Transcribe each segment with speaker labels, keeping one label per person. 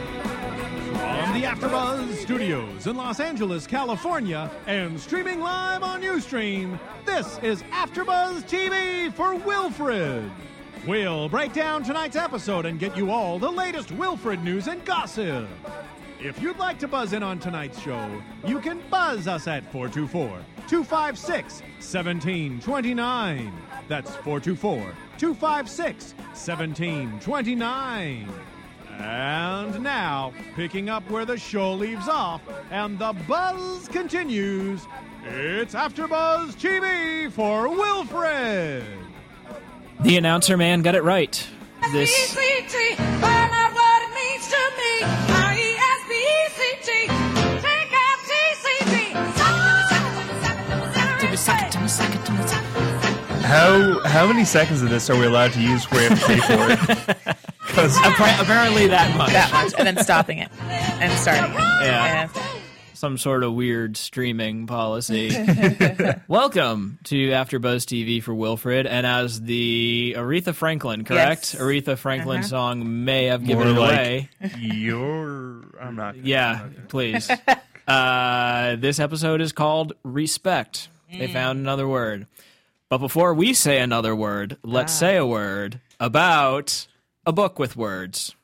Speaker 1: From the AfterBuzz Studios in Los Angeles, California, and streaming live on UStream, this is AfterBuzz TV for Wilfred. We'll break down tonight's episode and get you all the latest Wilfred news and gossip. If you'd like to buzz in on tonight's show, you can buzz us at 424 256 1729. That's 424 256 1729. And now, picking up where the show leaves off and the buzz continues, it's AfterBuzz TV for Wilfred.
Speaker 2: The announcer man got it right. This
Speaker 3: ECT, find out what it means to me. E R-E-S-P-E-C-T, take out T-C-T. Suck it, suck it, suck it, suck it, suck it, suck it, suck it.
Speaker 4: How how many seconds of this are we allowed to use where we have to pay for it? Because
Speaker 2: appar- apparently that much.
Speaker 5: that much and then stopping it and starting it.
Speaker 2: Yeah.
Speaker 5: Yeah.
Speaker 2: Some sort of weird streaming policy. Welcome to AfterBuzz TV for Wilfred, and as the Aretha Franklin, correct?
Speaker 5: Yes.
Speaker 2: Aretha Franklin song may have given it
Speaker 4: More like-
Speaker 2: away.
Speaker 4: you're I'm not. gonna-
Speaker 2: Yeah, please. uh, this episode is called Respect. They found another word. But before we say another word, let's say a word about a book with words.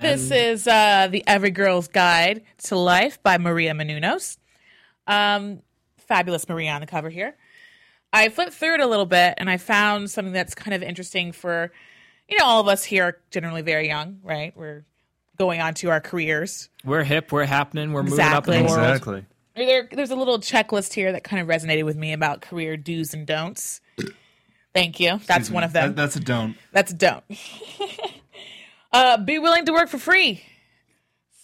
Speaker 5: This is uh, the Every Girl's Guide to Life by Maria Menounos. Um, fabulous Maria on the cover here. I flipped through it a little bit and I found something that's kind of interesting for, you know, all of us here are generally very young, right? We're going on to our careers.
Speaker 2: We're hip, we're happening, we're moving up in the
Speaker 5: Exactly.
Speaker 2: world.
Speaker 4: exactly.
Speaker 5: There, there's a little checklist here that kind of resonated with me about career do's and don'ts. Thank you. That's one of them.
Speaker 4: That- that's a don't.
Speaker 5: That's a don't. uh, be willing to work for free.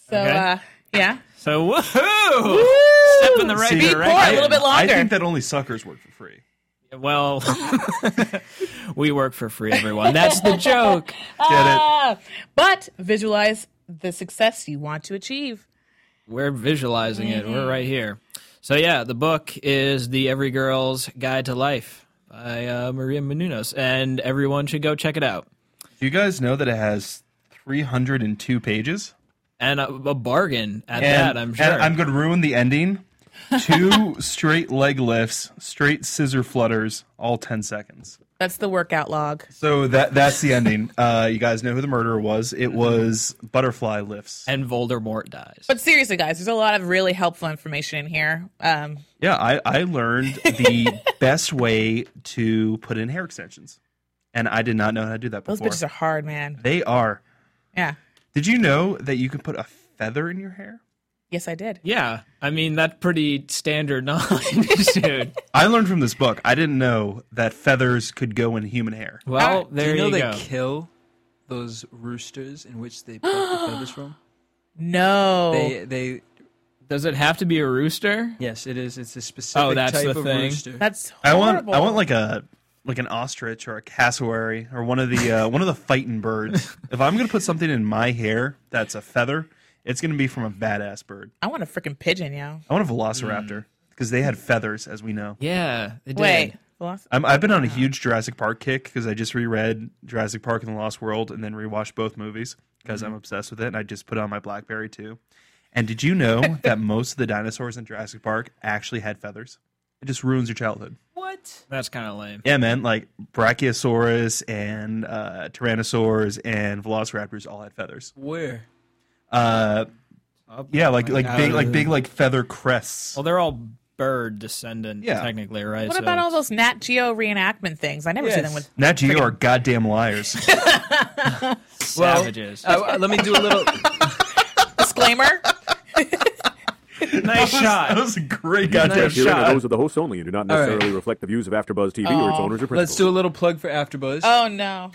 Speaker 5: So,
Speaker 2: Okay.
Speaker 5: uh, yeah.
Speaker 2: So, woohoo! Step in the right
Speaker 5: Be poor a
Speaker 2: direction.
Speaker 5: little bit
Speaker 4: I
Speaker 5: longer.
Speaker 4: think that only suckers work for free.
Speaker 2: Well, we work for free, everyone. That's the joke.
Speaker 4: Get it?
Speaker 5: Ah, but visualize the success you want to achieve.
Speaker 2: We're visualizing it. We're right here. So yeah, the book is The Every Girl's Guide to Life by uh, Maria Menounos, and everyone should go check it out.
Speaker 4: Do you guys know that it has 302 pages?
Speaker 2: And a, a bargain at that, I'm
Speaker 4: and
Speaker 2: sure.
Speaker 4: I'm going to ruin the ending. Two straight leg lifts, straight scissor flutters, all 10 seconds.
Speaker 5: That's the workout log.
Speaker 4: So that that's the ending. Uh, you guys know who the murderer was. It was butterfly lifts.
Speaker 2: and Voldemort dies.
Speaker 5: But seriously, guys, there's a lot of really helpful information in here. Um,
Speaker 4: Yeah, I, I learned the best way to put in hair extensions. And I did not know how to do that
Speaker 5: those
Speaker 4: before.
Speaker 5: bitches are hard, man.
Speaker 4: They are.
Speaker 5: Yeah.
Speaker 4: Did you know that you can put a feather in your hair?
Speaker 5: Yes, I did.
Speaker 2: yeah, I mean that's pretty standard knowledge, dude.
Speaker 4: I learned from this book. I didn't know that feathers could go in human hair.
Speaker 2: Well,
Speaker 6: Do
Speaker 2: there
Speaker 6: you know they
Speaker 2: go.
Speaker 6: kill those roosters in which they pluck the feathers from?
Speaker 5: No.
Speaker 6: They they
Speaker 2: Does it have to be a rooster? Oh,
Speaker 6: yes, it is. It's a specific
Speaker 2: that's
Speaker 6: type
Speaker 2: the
Speaker 6: of
Speaker 2: thing.
Speaker 6: rooster.
Speaker 5: That's
Speaker 4: I
Speaker 5: horrible.
Speaker 4: want I want like a like an ostrich or a cassowary or one of the uh, one of the fighting birds. If I'm gonna put something in my hair that's a feather, it's gonna be from a badass bird.
Speaker 5: I want a freaking pigeon, yo.
Speaker 4: I want a velociraptor because they had feathers, as we know.
Speaker 2: Yeah, it did.
Speaker 5: Wait. Veloc-
Speaker 4: I'm, Um, I've been on a huge Jurassic Park kick because I just reread Jurassic Park and the Lost World and then rewatched both movies because I'm obsessed with it. And I just put on my BlackBerry too. And did you know that most of the dinosaurs in Jurassic Park actually had feathers? It just ruins your childhood.
Speaker 6: what?
Speaker 2: That's kind of lame.
Speaker 4: Yeah, man. Like Brachiosaurus and uh, Tyrannosaurs and Velociraptors all had feathers.
Speaker 6: Where?
Speaker 4: Uh, yeah, like like big like
Speaker 6: God.
Speaker 4: big like feather crests.
Speaker 2: Well, they're all bird descendant,
Speaker 4: Yeah.
Speaker 2: technically, right?
Speaker 5: What
Speaker 2: So
Speaker 5: about all those Nat Geo reenactment things? I never see them
Speaker 6: Yes.
Speaker 5: with
Speaker 4: Nat Geo are goddamn liars.
Speaker 2: savages?
Speaker 6: Uh, uh, let me do a little.
Speaker 5: disclaimer.
Speaker 2: nice
Speaker 4: that
Speaker 2: shot.
Speaker 4: was a great goddamn
Speaker 6: Nice
Speaker 7: Hearing are
Speaker 4: shot.
Speaker 7: those of the hosts only and do not
Speaker 6: All right.
Speaker 7: necessarily reflect the views of AfterBuzz TV or its
Speaker 1: Oh,
Speaker 7: owners or
Speaker 6: let's
Speaker 7: principals.
Speaker 6: do a little plug for AfterBuzz.
Speaker 5: oh no.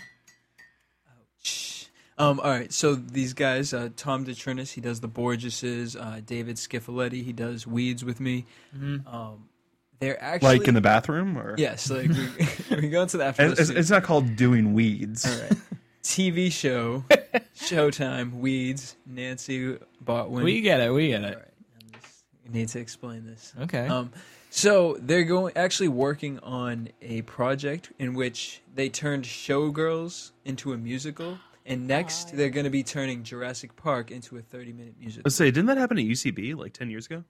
Speaker 6: Um, all right, so these guys, uh, Tom DeTrinis, he does the Borgeses. Uh, David Schifoletti, he does Weeds with me. Um, They're actually
Speaker 4: like in the bathroom or
Speaker 6: yes, like we, we go into the after.
Speaker 4: It's, it's- it's not called doing weeds.
Speaker 6: TV show, Showtime, Weeds. Nancy bought one.
Speaker 2: We get it. We get it.
Speaker 6: I need to explain this.
Speaker 2: Okay.
Speaker 6: Um, so they're going actually working on a project in which they turned Showgirls into a musical, and next they're going to be turning Jurassic Park into a 30-minute musical.
Speaker 4: Let's say, didn't that happen at UCB like ten years ago?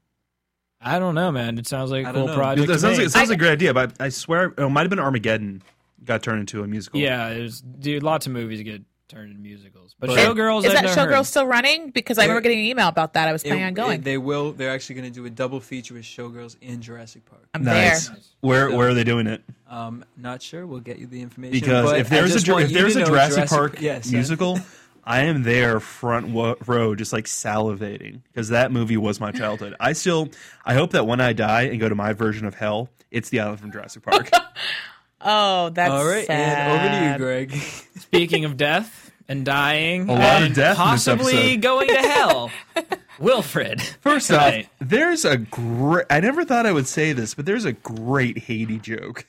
Speaker 2: I don't know, man. It sounds like a
Speaker 6: I
Speaker 2: cool
Speaker 6: don't know.
Speaker 2: project.
Speaker 4: That
Speaker 2: to
Speaker 4: sounds
Speaker 2: me.
Speaker 4: like, it sounds like a great idea, but I swear oh, it might have been Armageddon got turned into a musical.
Speaker 2: yeah, there's dude. Lots of movies get turned into musicals, but,
Speaker 6: But-
Speaker 2: Showgirls.
Speaker 5: Is
Speaker 2: I've
Speaker 5: that
Speaker 2: never
Speaker 5: Showgirl
Speaker 2: heard.
Speaker 5: still running? Because I remember getting an email about that. I was
Speaker 6: It-
Speaker 5: planning on going.
Speaker 6: it- they will. They're actually going to do a double feature with Showgirls and Jurassic Park.
Speaker 5: I'm
Speaker 4: nice.
Speaker 5: there.
Speaker 4: Where where are they doing it?
Speaker 6: Um, not sure. We'll get you the information.
Speaker 4: Because
Speaker 6: but
Speaker 4: if
Speaker 6: I
Speaker 4: there's a
Speaker 6: just
Speaker 4: Jur-
Speaker 6: want
Speaker 4: if
Speaker 6: you to
Speaker 4: there's a
Speaker 6: know
Speaker 4: Jurassic, Park
Speaker 6: yes, I-
Speaker 4: musical, I am there front wo- row, just like salivating because that movie was my childhood. I still, I hope that when I die and go to my version of hell, it's the island from Jurassic Park.
Speaker 5: Oh, that's
Speaker 6: All right, and
Speaker 5: sad.
Speaker 6: over to you, Greg.
Speaker 2: Speaking of death and dying,
Speaker 4: A lot of
Speaker 2: and
Speaker 4: death in this
Speaker 2: possibly
Speaker 4: episode.
Speaker 2: going to hell. Wilfred.
Speaker 4: First off,
Speaker 2: Right.
Speaker 4: there's a great. I never thought I would say this, but there's a great Haiti joke.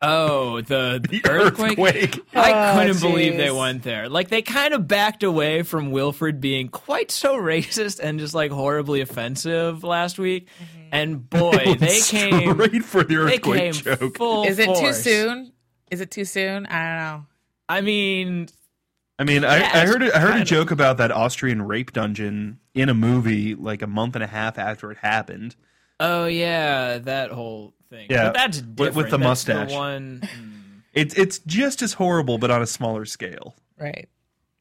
Speaker 2: Oh, the,
Speaker 4: The
Speaker 2: earthquake.
Speaker 4: earthquake.
Speaker 2: I
Speaker 5: Oh,
Speaker 2: couldn't believe
Speaker 5: jeez.
Speaker 2: they went there. Like they kind of backed away from Wilfred being quite so racist and just like horribly offensive last week.
Speaker 5: Mm-hmm.
Speaker 2: And Oh, boy, they came
Speaker 4: straight for the
Speaker 2: they
Speaker 4: earthquake
Speaker 2: came
Speaker 4: joke.
Speaker 2: full
Speaker 5: Is it too
Speaker 2: force.
Speaker 5: soon? Is it too soon? I don't know.
Speaker 2: I mean,
Speaker 4: I mean, I, I
Speaker 2: Yes,
Speaker 4: heard a- I heard a
Speaker 2: kinda.
Speaker 4: joke about that Austrian rape dungeon in a movie like a month and a half after it happened.
Speaker 2: oh yeah, that whole thing.
Speaker 4: Yeah,
Speaker 2: but that's
Speaker 4: with-
Speaker 2: different.
Speaker 4: with the
Speaker 2: That's the
Speaker 4: mustache.
Speaker 2: one. mm,
Speaker 4: It's it's just as horrible, but on a smaller scale.
Speaker 5: Right.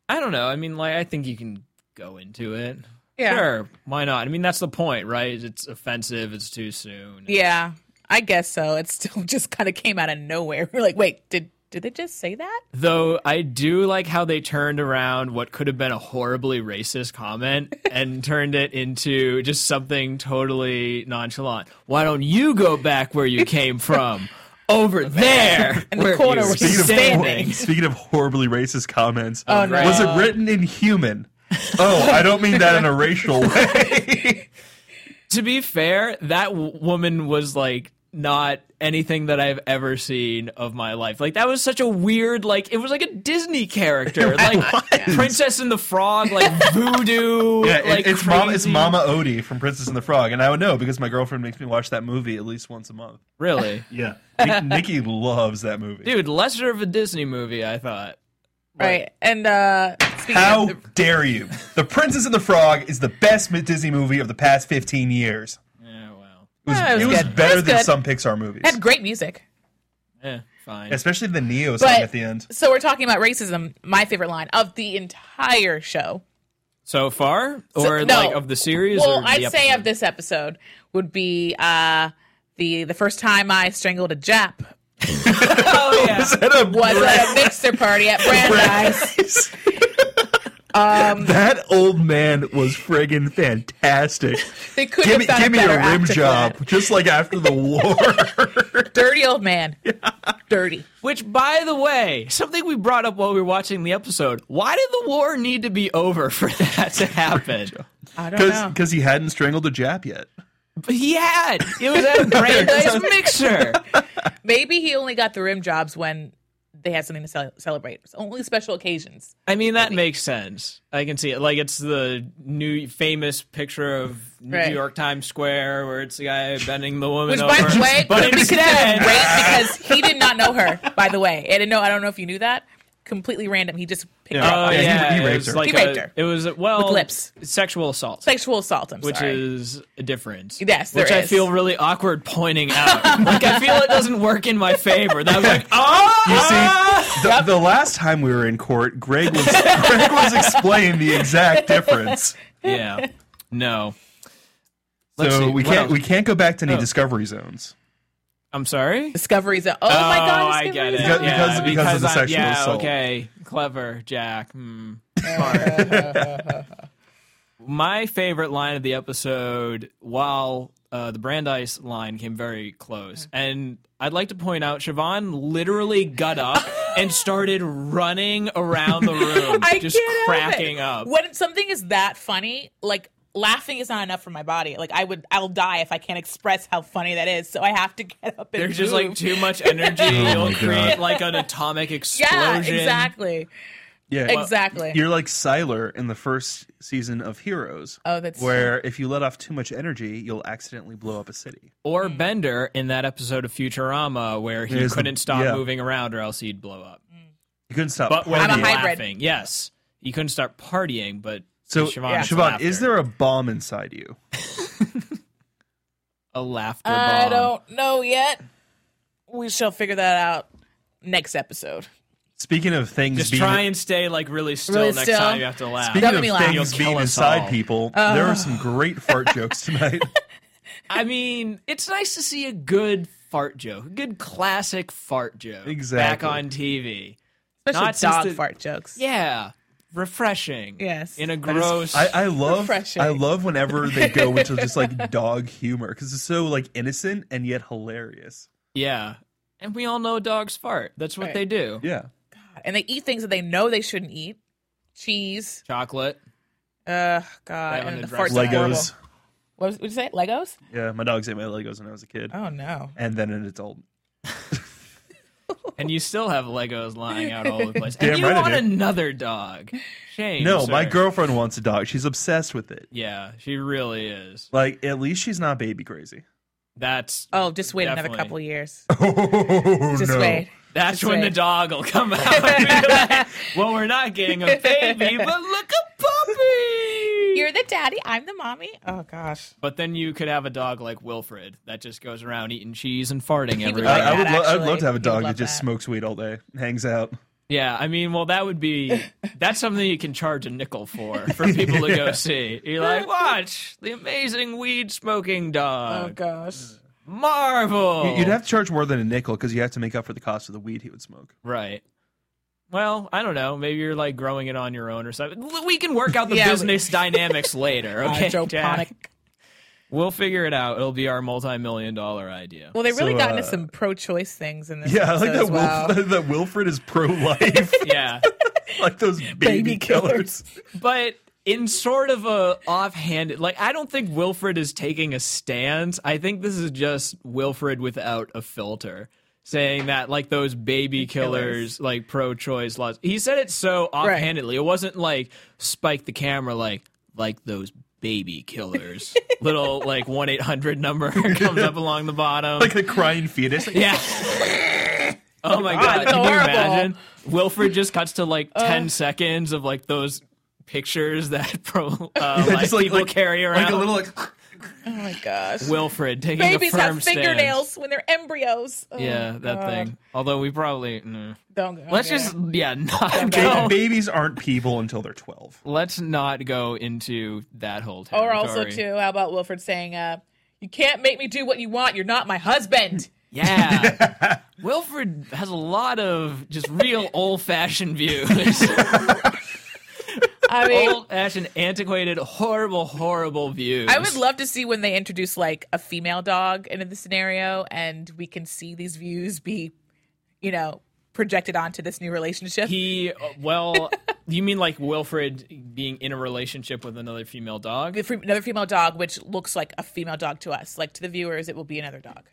Speaker 2: I don't know. I mean, like, I think you can go into it.
Speaker 5: Yeah.
Speaker 2: Sure. Why not? I mean, that's the point, right? It's offensive. It's too soon.
Speaker 5: Yeah, I guess so. It still just kind of came out of nowhere. We're like, wait, did did they just say that?
Speaker 2: Though I do like how they turned around what could have been a horribly racist comment and turned it into just something totally nonchalant. Why don't you go back where you came from? Over there,
Speaker 5: In the corner where
Speaker 2: you
Speaker 5: Speaking
Speaker 4: of,
Speaker 2: standing.
Speaker 4: speaking of horribly racist comments,
Speaker 5: Oh, no.
Speaker 4: was it written in human? Oh, I don't mean that in a racial way.
Speaker 2: to be fair, that w- woman was like not anything that I've ever seen of my life. Like that was such a weird, like it was like a Disney character, like
Speaker 4: was.
Speaker 2: Princess and the Frog, like voodoo.
Speaker 4: yeah, it-
Speaker 2: like
Speaker 4: it's mama, it's
Speaker 2: crazy-
Speaker 4: Mama Odie from Princess and the Frog, and I would know because my girlfriend makes me watch that movie at least once a month.
Speaker 2: Really,
Speaker 4: Yeah, Nick, Nikki loves that movie.
Speaker 2: dude, lesser of a Disney movie, I thought.
Speaker 5: Right. And uh speaking
Speaker 4: How
Speaker 5: of the-
Speaker 4: dare you? The Princess and the Frog is the best Disney movie of the past 15 years.
Speaker 2: Yeah, well,
Speaker 4: It was,
Speaker 5: Yeah, it was
Speaker 4: it was
Speaker 5: good.
Speaker 4: better
Speaker 5: It was
Speaker 4: than
Speaker 5: good.
Speaker 4: some Pixar movies.
Speaker 5: had great music.
Speaker 2: eh, fine.
Speaker 4: Especially the Neo song at the end.
Speaker 5: So we're talking about racism, my favorite line of the entire show.
Speaker 2: So far,
Speaker 5: So-
Speaker 2: or
Speaker 5: no.
Speaker 2: like of the series?
Speaker 5: Well,
Speaker 2: or the
Speaker 5: I'd say
Speaker 2: episode?
Speaker 5: of this episode would be uh the the first time I strangled a Jap
Speaker 2: Oh yeah.
Speaker 4: Is that a
Speaker 5: was at a mixer party at Brandeis. um,
Speaker 4: that old man was friggin' fantastic.
Speaker 5: They couldn't
Speaker 4: give
Speaker 5: have
Speaker 4: me,
Speaker 5: found
Speaker 4: give me
Speaker 5: better
Speaker 4: a rim
Speaker 5: actor for
Speaker 4: job,
Speaker 5: that.
Speaker 4: just like after the war.
Speaker 5: Dirty old man. Dirty.
Speaker 2: Which, by the way, something we brought up while we were watching the episode. Why did the war need to be over for that to happen?
Speaker 5: I don't know.
Speaker 4: Because he hadn't strangled a Jap yet.
Speaker 2: But he had. It was at a Brandeis mixer.
Speaker 5: Maybe he only got the rim jobs when they had something to cel- celebrate. It's only special occasions.
Speaker 2: I mean, that makes sense. I can see it. Like it's the new famous picture of New
Speaker 5: Right.
Speaker 2: York Times Square where it's the guy bending the woman
Speaker 5: Which,
Speaker 2: over.
Speaker 5: by the way,
Speaker 2: but
Speaker 5: could be
Speaker 2: instead,
Speaker 5: considered rape because he did not know her. By the way, I didn't know. I don't know if you knew that. Completely random. He just picked her
Speaker 2: Oh
Speaker 5: up.
Speaker 4: Yeah,
Speaker 2: yeah,
Speaker 4: he- he
Speaker 2: it
Speaker 4: raped
Speaker 2: was
Speaker 4: her.
Speaker 2: like
Speaker 5: He raped
Speaker 2: a-
Speaker 5: her.
Speaker 2: It was well,
Speaker 5: With lips.
Speaker 2: sexual assault.
Speaker 5: Sexual assault. I'm
Speaker 2: which
Speaker 5: sorry.
Speaker 2: is a difference.
Speaker 5: Yes, there
Speaker 2: which I
Speaker 5: is.
Speaker 2: feel really awkward pointing out. like I feel it doesn't work in my favor. That was like, oh,
Speaker 4: You see, the, the last time we were in court, Greg was Greg was explaining the exact difference.
Speaker 2: yeah, no. Let's
Speaker 4: So
Speaker 2: see,
Speaker 4: we
Speaker 2: what
Speaker 4: can't
Speaker 2: else?
Speaker 4: we can't go back to any
Speaker 2: Oh.
Speaker 4: discovery zones.
Speaker 2: I'm sorry.
Speaker 5: Discoveries. Of, oh, my
Speaker 2: oh,
Speaker 5: god!
Speaker 2: I
Speaker 5: Discovery
Speaker 2: get it.
Speaker 5: Zone.
Speaker 4: Because-
Speaker 2: yeah,
Speaker 4: because- because of the
Speaker 2: I'm-
Speaker 4: sexual
Speaker 2: yeah,
Speaker 4: assault.
Speaker 2: Okay, clever, Jack. Hmm. Smart. My favorite line of the episode, while uh, the Brandeis line came very close, and I'd like to point out, Siobhan literally got up and started running around the room,
Speaker 5: I
Speaker 2: just
Speaker 5: can't help it.
Speaker 2: cracking up.
Speaker 5: When something is that funny, like laughing is not enough for my body. Like I would, I'll die if I can't express how funny that is. So I have to get up and
Speaker 2: There's just
Speaker 5: move.
Speaker 2: like too much energy.
Speaker 8: Oh my
Speaker 2: It'll create
Speaker 8: God.
Speaker 2: like an atomic explosion.
Speaker 5: yeah, exactly,
Speaker 4: Yeah,
Speaker 5: exactly.
Speaker 4: You're like Siler in the first season of Heroes.
Speaker 5: Oh, that's-
Speaker 4: where if you let off too much energy, you'll accidentally blow up a city.
Speaker 2: Or
Speaker 5: Mm-hmm.
Speaker 2: Bender in that episode of Futurama where he
Speaker 4: There's the-
Speaker 2: couldn't stop
Speaker 4: yeah.
Speaker 2: moving around or else he'd blow up.
Speaker 4: You couldn't stop.
Speaker 2: But when
Speaker 5: I'm a
Speaker 2: he
Speaker 4: partying.
Speaker 5: hybrid.
Speaker 2: laughing, yes, he couldn't start partying. But
Speaker 4: so
Speaker 2: Siobhan,
Speaker 4: Siobhan, is there a bomb inside you?
Speaker 2: a laughter bomb?
Speaker 5: I don't know yet. We shall figure that out next episode.
Speaker 4: Speaking of things
Speaker 2: Just
Speaker 4: being
Speaker 2: try and stay like really still
Speaker 5: Really
Speaker 2: next
Speaker 5: still.
Speaker 2: time you have to laugh.
Speaker 4: speaking
Speaker 5: That made
Speaker 4: of
Speaker 5: me laugh.
Speaker 4: things
Speaker 2: You'll
Speaker 4: being
Speaker 2: kill us
Speaker 4: inside
Speaker 2: all.
Speaker 4: people,
Speaker 2: Oh.
Speaker 4: there are some great fart jokes tonight.
Speaker 2: I mean, it's nice to see a good fart joke, a good classic fart joke back
Speaker 4: Exactly.
Speaker 2: on TV.
Speaker 5: Especially
Speaker 2: Not since
Speaker 5: dog
Speaker 2: the-
Speaker 5: fart jokes.
Speaker 2: Yeah, refreshing.
Speaker 5: Yes.
Speaker 2: in a
Speaker 5: That is-
Speaker 2: gross.
Speaker 4: I, I love
Speaker 5: Refreshing.
Speaker 4: I love whenever they go into just like dog humor because it's so like innocent and yet hilarious.
Speaker 2: yeah, and we all know dogs fart. That's what
Speaker 5: Right.
Speaker 2: they do.
Speaker 4: Yeah.
Speaker 5: and they eat things that they know they shouldn't eat. Cheese.
Speaker 2: Chocolate.
Speaker 5: Uh,
Speaker 2: That
Speaker 5: God.
Speaker 2: one
Speaker 5: And the farts
Speaker 2: addresses-
Speaker 5: are horrible.
Speaker 4: Legos.
Speaker 5: What was, would you say? Legos?
Speaker 4: Yeah, my dogs ate my Legos when I was a kid.
Speaker 5: Oh no.
Speaker 4: And then an adult.
Speaker 2: And you still have Legos lying out all over the place.
Speaker 4: Damn
Speaker 2: and you
Speaker 4: right I
Speaker 2: want
Speaker 4: do.
Speaker 2: another dog. Shame.
Speaker 4: No, my
Speaker 2: sir.
Speaker 4: girlfriend wants a dog. She's obsessed with it.
Speaker 2: Yeah, she really is.
Speaker 4: Like, at least she's not baby crazy.
Speaker 2: That's
Speaker 5: Oh, just wait another
Speaker 2: Definitely.
Speaker 5: couple years.
Speaker 4: Oh,
Speaker 5: Just wait.
Speaker 2: that's
Speaker 5: Just
Speaker 2: when the
Speaker 5: wait.
Speaker 2: dog will come out. and be like, well, we're not getting a baby, but look a puppy.
Speaker 5: You're the daddy. I'm the mommy. Oh gosh.
Speaker 2: But then you could have a dog like Wilfred that just goes around eating cheese and farting
Speaker 5: would
Speaker 2: everywhere.
Speaker 4: I, I
Speaker 5: like
Speaker 4: would
Speaker 5: that,
Speaker 4: lo- I'd love
Speaker 5: actually.
Speaker 4: to have a
Speaker 5: You'd
Speaker 4: dog that
Speaker 5: love
Speaker 4: just
Speaker 5: that.
Speaker 4: smokes weed all day, hangs out.
Speaker 2: yeah, I mean, well, that would be that's something you can charge a nickel for for people to go see. You're like, watch the amazing weed smoking
Speaker 5: Oh
Speaker 2: dog,
Speaker 5: gosh.
Speaker 2: Marvel.
Speaker 4: You'd have to charge more than a nickel because you have to make up for the cost of the weed he would smoke.
Speaker 2: right. Well, I don't know. Maybe you're like growing it on your own or something. We can work out the
Speaker 5: Yeah, we-
Speaker 2: business dynamics later. Okay, Jack?
Speaker 5: Hydroponic.
Speaker 2: We'll figure it out. It'll be our multi-million dollar idea.
Speaker 5: Well, they really
Speaker 4: So,
Speaker 5: got into
Speaker 4: uh,
Speaker 5: some pro-choice things in this.
Speaker 4: Yeah, I like
Speaker 5: episode
Speaker 4: that,
Speaker 5: as well. Oh,
Speaker 4: Wilf- that Wilfred is pro life,
Speaker 2: yeah.
Speaker 4: like those baby,
Speaker 5: Baby
Speaker 4: killers.
Speaker 2: but in sort of a offhand like i don't think wilfred is taking a stance i think this is just wilfred without a filter saying that like those baby killers, like pro-choice laws he said it so offhandedly it wasn't like spike the camera like like those baby killers little like 1-800 number comes up along the bottom
Speaker 4: Like the crying fetus.
Speaker 2: yeah. Oh my god, can you
Speaker 5: horrible.
Speaker 2: imagine? Wilfred just cuts to like 10 seconds of like those pictures that pro uh, like,
Speaker 4: just like-
Speaker 2: people
Speaker 4: like-
Speaker 2: carry around.
Speaker 4: Like a little like
Speaker 5: Oh my gosh.
Speaker 2: Wilfred taking
Speaker 5: Babies
Speaker 2: a firm
Speaker 5: have fingernails when they're embryos. Oh,
Speaker 2: Stand. Yeah, that
Speaker 5: God.
Speaker 2: thing. Although we probably mm.
Speaker 5: Don't go.
Speaker 2: let's
Speaker 5: there.
Speaker 2: just yeah not
Speaker 4: ba-
Speaker 2: go.
Speaker 4: babies aren't people until they're twelve.
Speaker 2: Let's not go into that whole territory.
Speaker 5: Or also too, how about Wilfred saying, uh, "You can't make me do what you want. You're not my husband."
Speaker 2: Yeah. Wilfred has a lot of just real old fashioned views.
Speaker 5: I mean,
Speaker 2: old fashioned, antiquated, horrible, horrible views.
Speaker 5: I would love to see when they introduce like a female dog into the scenario, and we can see these views be, you know, projected onto this new relationship.
Speaker 2: He well, you mean like Wilfred being in a relationship with another female dog?
Speaker 5: If we- Another female dog, which looks like a female dog to us, like to the viewers, it will be another dog.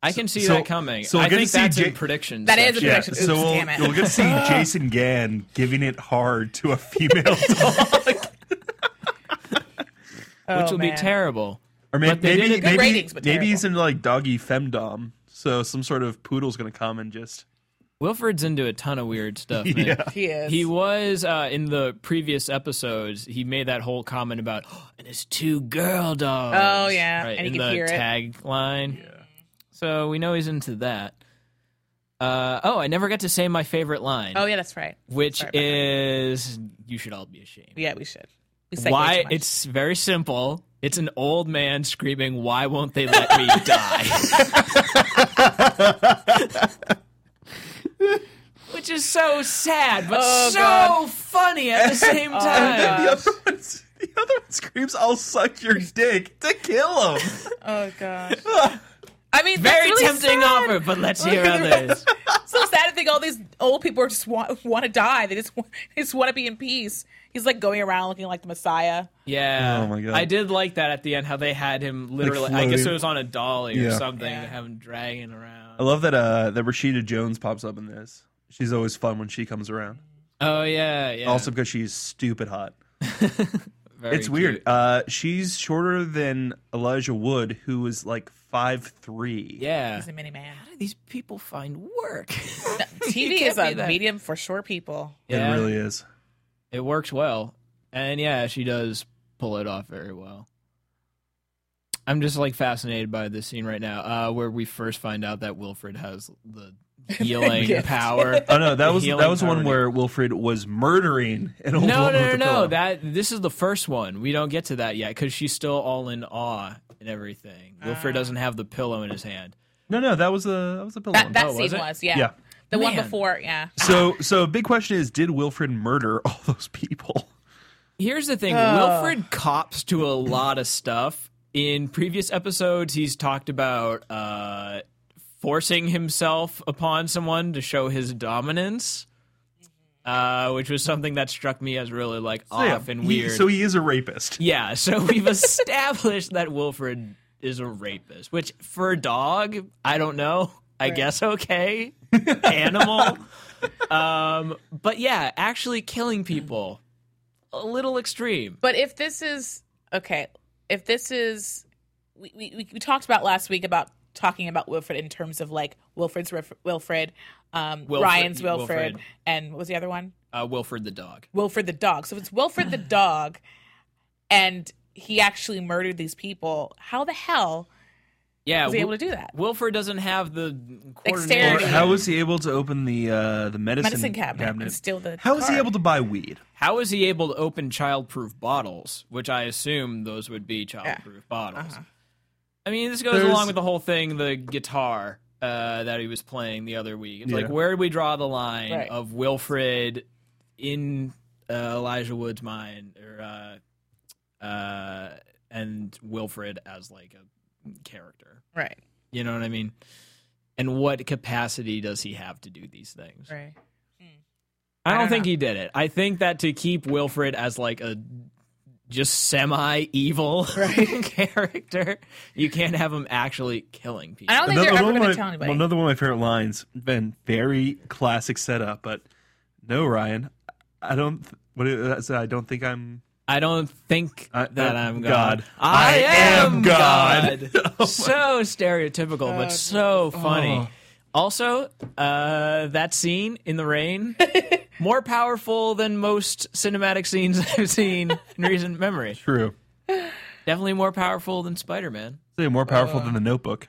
Speaker 2: I can see
Speaker 4: so-
Speaker 2: that coming.
Speaker 4: so
Speaker 2: I
Speaker 4: good to
Speaker 2: think
Speaker 4: see
Speaker 2: that's
Speaker 4: Jay-
Speaker 2: in predictions.
Speaker 5: That is a
Speaker 2: section.
Speaker 4: Yeah,
Speaker 5: Oops,
Speaker 4: so we'll,
Speaker 5: damn it.
Speaker 4: we'll get to see Jason Gann giving it hard to a female dog,
Speaker 2: which
Speaker 5: Oh,
Speaker 2: will be terrible.
Speaker 4: or may-
Speaker 2: But they did
Speaker 4: maybe
Speaker 2: it-
Speaker 4: maybe
Speaker 5: ratings, but
Speaker 4: maybe
Speaker 5: terrible.
Speaker 4: he's into like doggy femdom. So some sort of poodle's gonna come and just
Speaker 2: Wilfred's into a ton of weird stuff. Man.
Speaker 5: He is.
Speaker 2: He was uh, in the previous episodes. He made that whole comment about "Oh, and it's two girl dogs.
Speaker 5: Oh, yeah,
Speaker 2: right,
Speaker 5: and
Speaker 2: in
Speaker 5: you
Speaker 2: the
Speaker 5: could hear it.
Speaker 2: tagline. Yeah. So we know he's into that. Uh, oh, I never got to say my favorite line,
Speaker 5: oh yeah, that's right.
Speaker 2: which
Speaker 5: Sorry about that.
Speaker 2: is "You should all be ashamed."
Speaker 5: yeah, we should. We segue
Speaker 2: why
Speaker 5: too much.
Speaker 2: it's very simple it's an old man screaming why won't they let me die which is so sad but
Speaker 5: Oh,
Speaker 2: so
Speaker 5: God. Oh,
Speaker 2: funny at the same time
Speaker 4: the other one the other one screams, "I'll suck your dick to kill him."
Speaker 5: Oh gosh. I mean, that's
Speaker 2: very
Speaker 5: really
Speaker 2: tempting
Speaker 5: sad. Oh,
Speaker 2: offer but let's hear others
Speaker 5: So sad to think like all these old people are just want want to die. They just want, they just want to be in peace. He's like going around looking like the Messiah.
Speaker 2: Yeah.
Speaker 4: Oh my God.
Speaker 2: I did like that at the end how they had him literally I guess
Speaker 4: floating.
Speaker 2: it was on a dolly or
Speaker 4: Yeah.
Speaker 2: something
Speaker 5: Yeah.
Speaker 2: to have him dragging
Speaker 4: I
Speaker 2: around.
Speaker 4: love that uh that Rashida Jones pops up in this. She's always fun when she comes around.
Speaker 2: Oh yeah, yeah.
Speaker 4: Also because she's stupid hot.
Speaker 2: Very
Speaker 4: it's weird.
Speaker 2: cute.
Speaker 4: Uh she's shorter than Elijah Wood, who is like five three.
Speaker 2: Yeah.
Speaker 5: He's a mini man.
Speaker 2: These people find work.
Speaker 5: TV
Speaker 2: can't
Speaker 5: is a
Speaker 2: be that-
Speaker 5: medium for short people.
Speaker 2: yeah.
Speaker 4: It really is.
Speaker 2: It works well. And yeah, she does pull it off very well. I'm just like fascinated by this scene right now, uh, where we first find out that Wilfred has the healing
Speaker 5: Gift.
Speaker 2: power.
Speaker 4: Oh no, that was
Speaker 2: Healing
Speaker 4: that was one
Speaker 2: poverty.
Speaker 4: where Wilfred was murdering an old
Speaker 2: No, no,
Speaker 4: woman with
Speaker 2: no,
Speaker 4: a
Speaker 2: no.
Speaker 4: pillow.
Speaker 2: That this is the first one. We don't get to that yet because she's still all in awe and everything. Wilfred doesn't have the pillow in his hand.
Speaker 4: no, no, that was a that was a pillow.
Speaker 5: That
Speaker 4: one.
Speaker 5: that
Speaker 2: Oh, was
Speaker 5: scene was,
Speaker 2: it?
Speaker 5: yeah.
Speaker 4: Yeah.
Speaker 5: The one
Speaker 2: Man.
Speaker 5: before, yeah.
Speaker 4: So so big question is did Wilfred murder all those people?
Speaker 2: Here's the thing:
Speaker 4: Ah.
Speaker 2: Wilfred cops to a lot of stuff. In previous episodes, he's talked about uh, forcing himself upon someone to show his dominance, uh, which was something that struck me as really like off
Speaker 4: Yeah,
Speaker 2: and
Speaker 4: he-
Speaker 2: weird.
Speaker 4: so he is a rapist.
Speaker 2: Yeah, so we've established that Wilfred is a rapist, which for a dog, I don't know. I guess okay. Animal. um, but yeah, actually killing people. A little extreme.
Speaker 5: But if this is okay, if this is we, we, we- we talked about last week about talking about Wilfred in terms of like Wilfred's Rif- Wilfred, um,
Speaker 2: Wilfred-
Speaker 5: Ryan's Wilfred,
Speaker 2: Wilfred.
Speaker 5: and what was the other one?
Speaker 2: Uh, Wilfred the dog.
Speaker 5: Wilfred the dog. So if it's Wilfred the dog, and he actually murdered these people, how the hell
Speaker 2: Yeah,
Speaker 5: was he able
Speaker 2: Wil-
Speaker 5: to do that?
Speaker 2: Wilfred doesn't have the
Speaker 4: Or
Speaker 5: Dexterity.
Speaker 2: coordination.
Speaker 4: how was he able to open the uh, the medicine,
Speaker 5: Medicine cabinet and steal the
Speaker 4: How was he
Speaker 5: card.
Speaker 4: able to buy weed?
Speaker 2: How is he able to open childproof bottles? Which I assume those would be childproof bottles. I mean, this goes
Speaker 4: There's-
Speaker 2: along with the whole thing the guitar uh, that he was playing the other week. It's like,
Speaker 4: Yeah.
Speaker 2: where do we draw the line
Speaker 5: Right.
Speaker 2: of Wilfred in uh, Elijah Wood's mind? Or, uh, uh, and Wilfred as like a character.
Speaker 5: Right,
Speaker 2: You know what I mean? And what capacity does he have to do these things?
Speaker 5: right.
Speaker 2: I don't
Speaker 5: don't
Speaker 2: think
Speaker 5: know.
Speaker 2: he did it. I think that to keep Wilfred as like a just semi evil character, you can't have him actually killing people.
Speaker 5: I don't think they're ever going
Speaker 4: one
Speaker 5: to
Speaker 4: of
Speaker 5: tell
Speaker 4: my-
Speaker 5: anybody.
Speaker 4: another one of my favorite lines. Been very classic setup, but no, Ryan, I don't. What is, so I don't think I'm.
Speaker 2: I don't think
Speaker 4: I-
Speaker 2: that
Speaker 4: I-
Speaker 2: I'm God.
Speaker 4: God.
Speaker 2: I,
Speaker 4: I
Speaker 2: am,
Speaker 4: am
Speaker 2: God.
Speaker 4: God. Oh
Speaker 2: so stereotypical, but so funny. Also, uh, that scene in the rain, more powerful than most cinematic scenes I've seen in recent memory.
Speaker 4: True.
Speaker 2: Definitely more powerful than Spider Man.
Speaker 4: Say more
Speaker 5: Uh.
Speaker 4: powerful than the Notebook.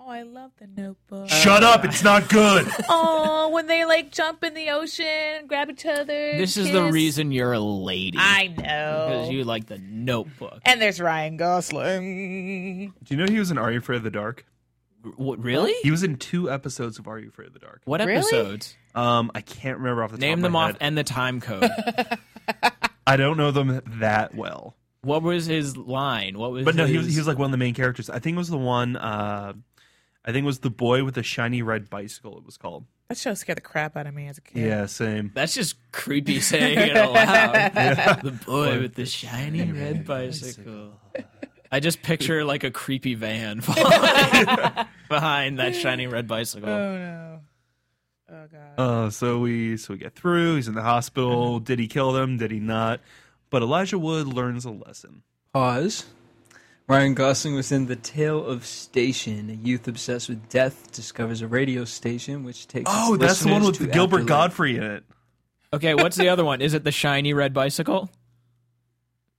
Speaker 5: oh, I love the Notebook.
Speaker 4: Shut up! It's not good.
Speaker 5: oh, when they like jump in the ocean, grab each other.
Speaker 2: This is the
Speaker 5: kiss.
Speaker 2: reason you're a lady.
Speaker 5: I
Speaker 2: Because
Speaker 5: know.
Speaker 2: you like the notebook.
Speaker 5: and there's Ryan Gosling.
Speaker 4: Do you know he was in Are You Afraid of the Dark?
Speaker 2: What, really?
Speaker 4: He was in two episodes of Are You Afraid of the Dark.
Speaker 2: What
Speaker 5: Really?
Speaker 2: episodes?
Speaker 4: Um, I can't remember off the top
Speaker 2: Name
Speaker 4: of
Speaker 2: them
Speaker 4: my
Speaker 2: off
Speaker 4: head.
Speaker 2: and the time code.
Speaker 4: I don't know them that well.
Speaker 2: what was his line? What was
Speaker 4: But no,
Speaker 2: his...
Speaker 4: he was he was like one of the main characters. I think it was the one. Uh, I think it was the boy with the shiny red bicycle. It was called.
Speaker 5: That show scared the crap out of me as a kid.
Speaker 4: Yeah, same.
Speaker 2: That's just creepy saying it aloud. The boy with the shiny red bicycle. I just picture like a creepy van following behind that shiny red bicycle.
Speaker 5: no. Oh god.
Speaker 4: Uh, so we so we get through. He's in the hospital. Did he kill them? Did he not? But Elijah Wood learns a lesson.
Speaker 6: Pause. Ryan Gosling was in The Tale of Station. A youth obsessed with death discovers a radio station which takes. its
Speaker 4: Oh, that's the one
Speaker 6: listeners
Speaker 4: with
Speaker 6: to
Speaker 4: Gilbert
Speaker 6: afterlife.
Speaker 4: Godfrey in it.
Speaker 2: Okay, what's the other one? Is it the shiny red bicycle?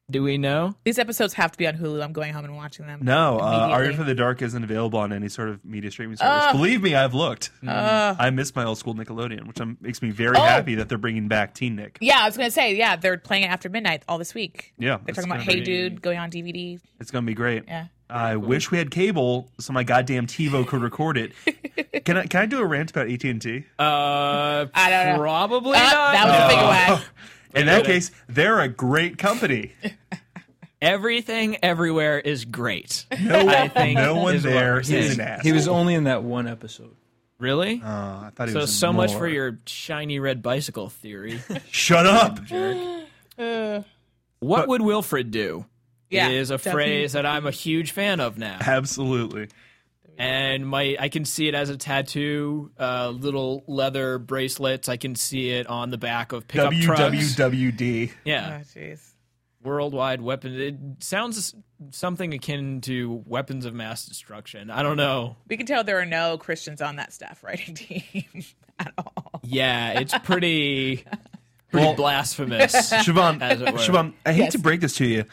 Speaker 2: Do we know?
Speaker 5: These episodes have to be on Hulu. I'm going home and watching them.
Speaker 4: No, uh, Are You
Speaker 5: Immediately. Ah.
Speaker 4: for the Dark isn't available on any sort of media streaming service. Believe me, I've looked.
Speaker 5: Mm-hmm.
Speaker 4: I miss my old school Nickelodeon, which um, makes me very happy that they're bringing back Teen Nick.
Speaker 5: Oh. Yeah, I was gonna say. Yeah, they're playing it after midnight all this week.
Speaker 4: Yeah,
Speaker 5: They're
Speaker 4: it's
Speaker 5: talking about
Speaker 4: gonna
Speaker 5: Hey Dude going on DVD.
Speaker 4: It's gonna be great.
Speaker 5: Yeah.
Speaker 4: I wish we had cable so my goddamn TiVo could record it. can I can I do a rant about AT and T?
Speaker 2: Uh,
Speaker 5: I don't know.
Speaker 2: Probably
Speaker 5: Uh,
Speaker 2: not.
Speaker 5: that was a big whack.
Speaker 4: In that case, they're a great company.
Speaker 2: Everything everywhere is great. No, I think
Speaker 4: No one
Speaker 2: is what
Speaker 4: there
Speaker 2: we're
Speaker 4: is
Speaker 2: saying.
Speaker 4: an ass.
Speaker 6: He was only in that one episode.
Speaker 2: Really?
Speaker 4: Oh, I thought he
Speaker 2: so
Speaker 4: was
Speaker 2: so much for
Speaker 4: more.
Speaker 2: your shiny red bicycle theory.
Speaker 4: Shut up.
Speaker 2: what would Wilfred do?
Speaker 5: Yeah,
Speaker 2: is a
Speaker 5: definitely.
Speaker 2: phrase that I'm a huge fan of now.
Speaker 4: Absolutely.
Speaker 2: and my I can see it as a tattoo, uh, little leather bracelets. I can see it on the back of pickup trucks.
Speaker 4: WWWD.
Speaker 5: Oh,
Speaker 2: Yeah,
Speaker 5: jeez.
Speaker 2: worldwide weapon. It sounds something akin to weapons of mass destruction. I don't know.
Speaker 5: We can tell there are no Christians on that staff writing team at all.
Speaker 2: Yeah, it's pretty, pretty blasphemous.
Speaker 4: Siobhan,
Speaker 2: As it were.
Speaker 4: Siobhan, I hate
Speaker 5: Yes. Mm.
Speaker 4: to break this to you,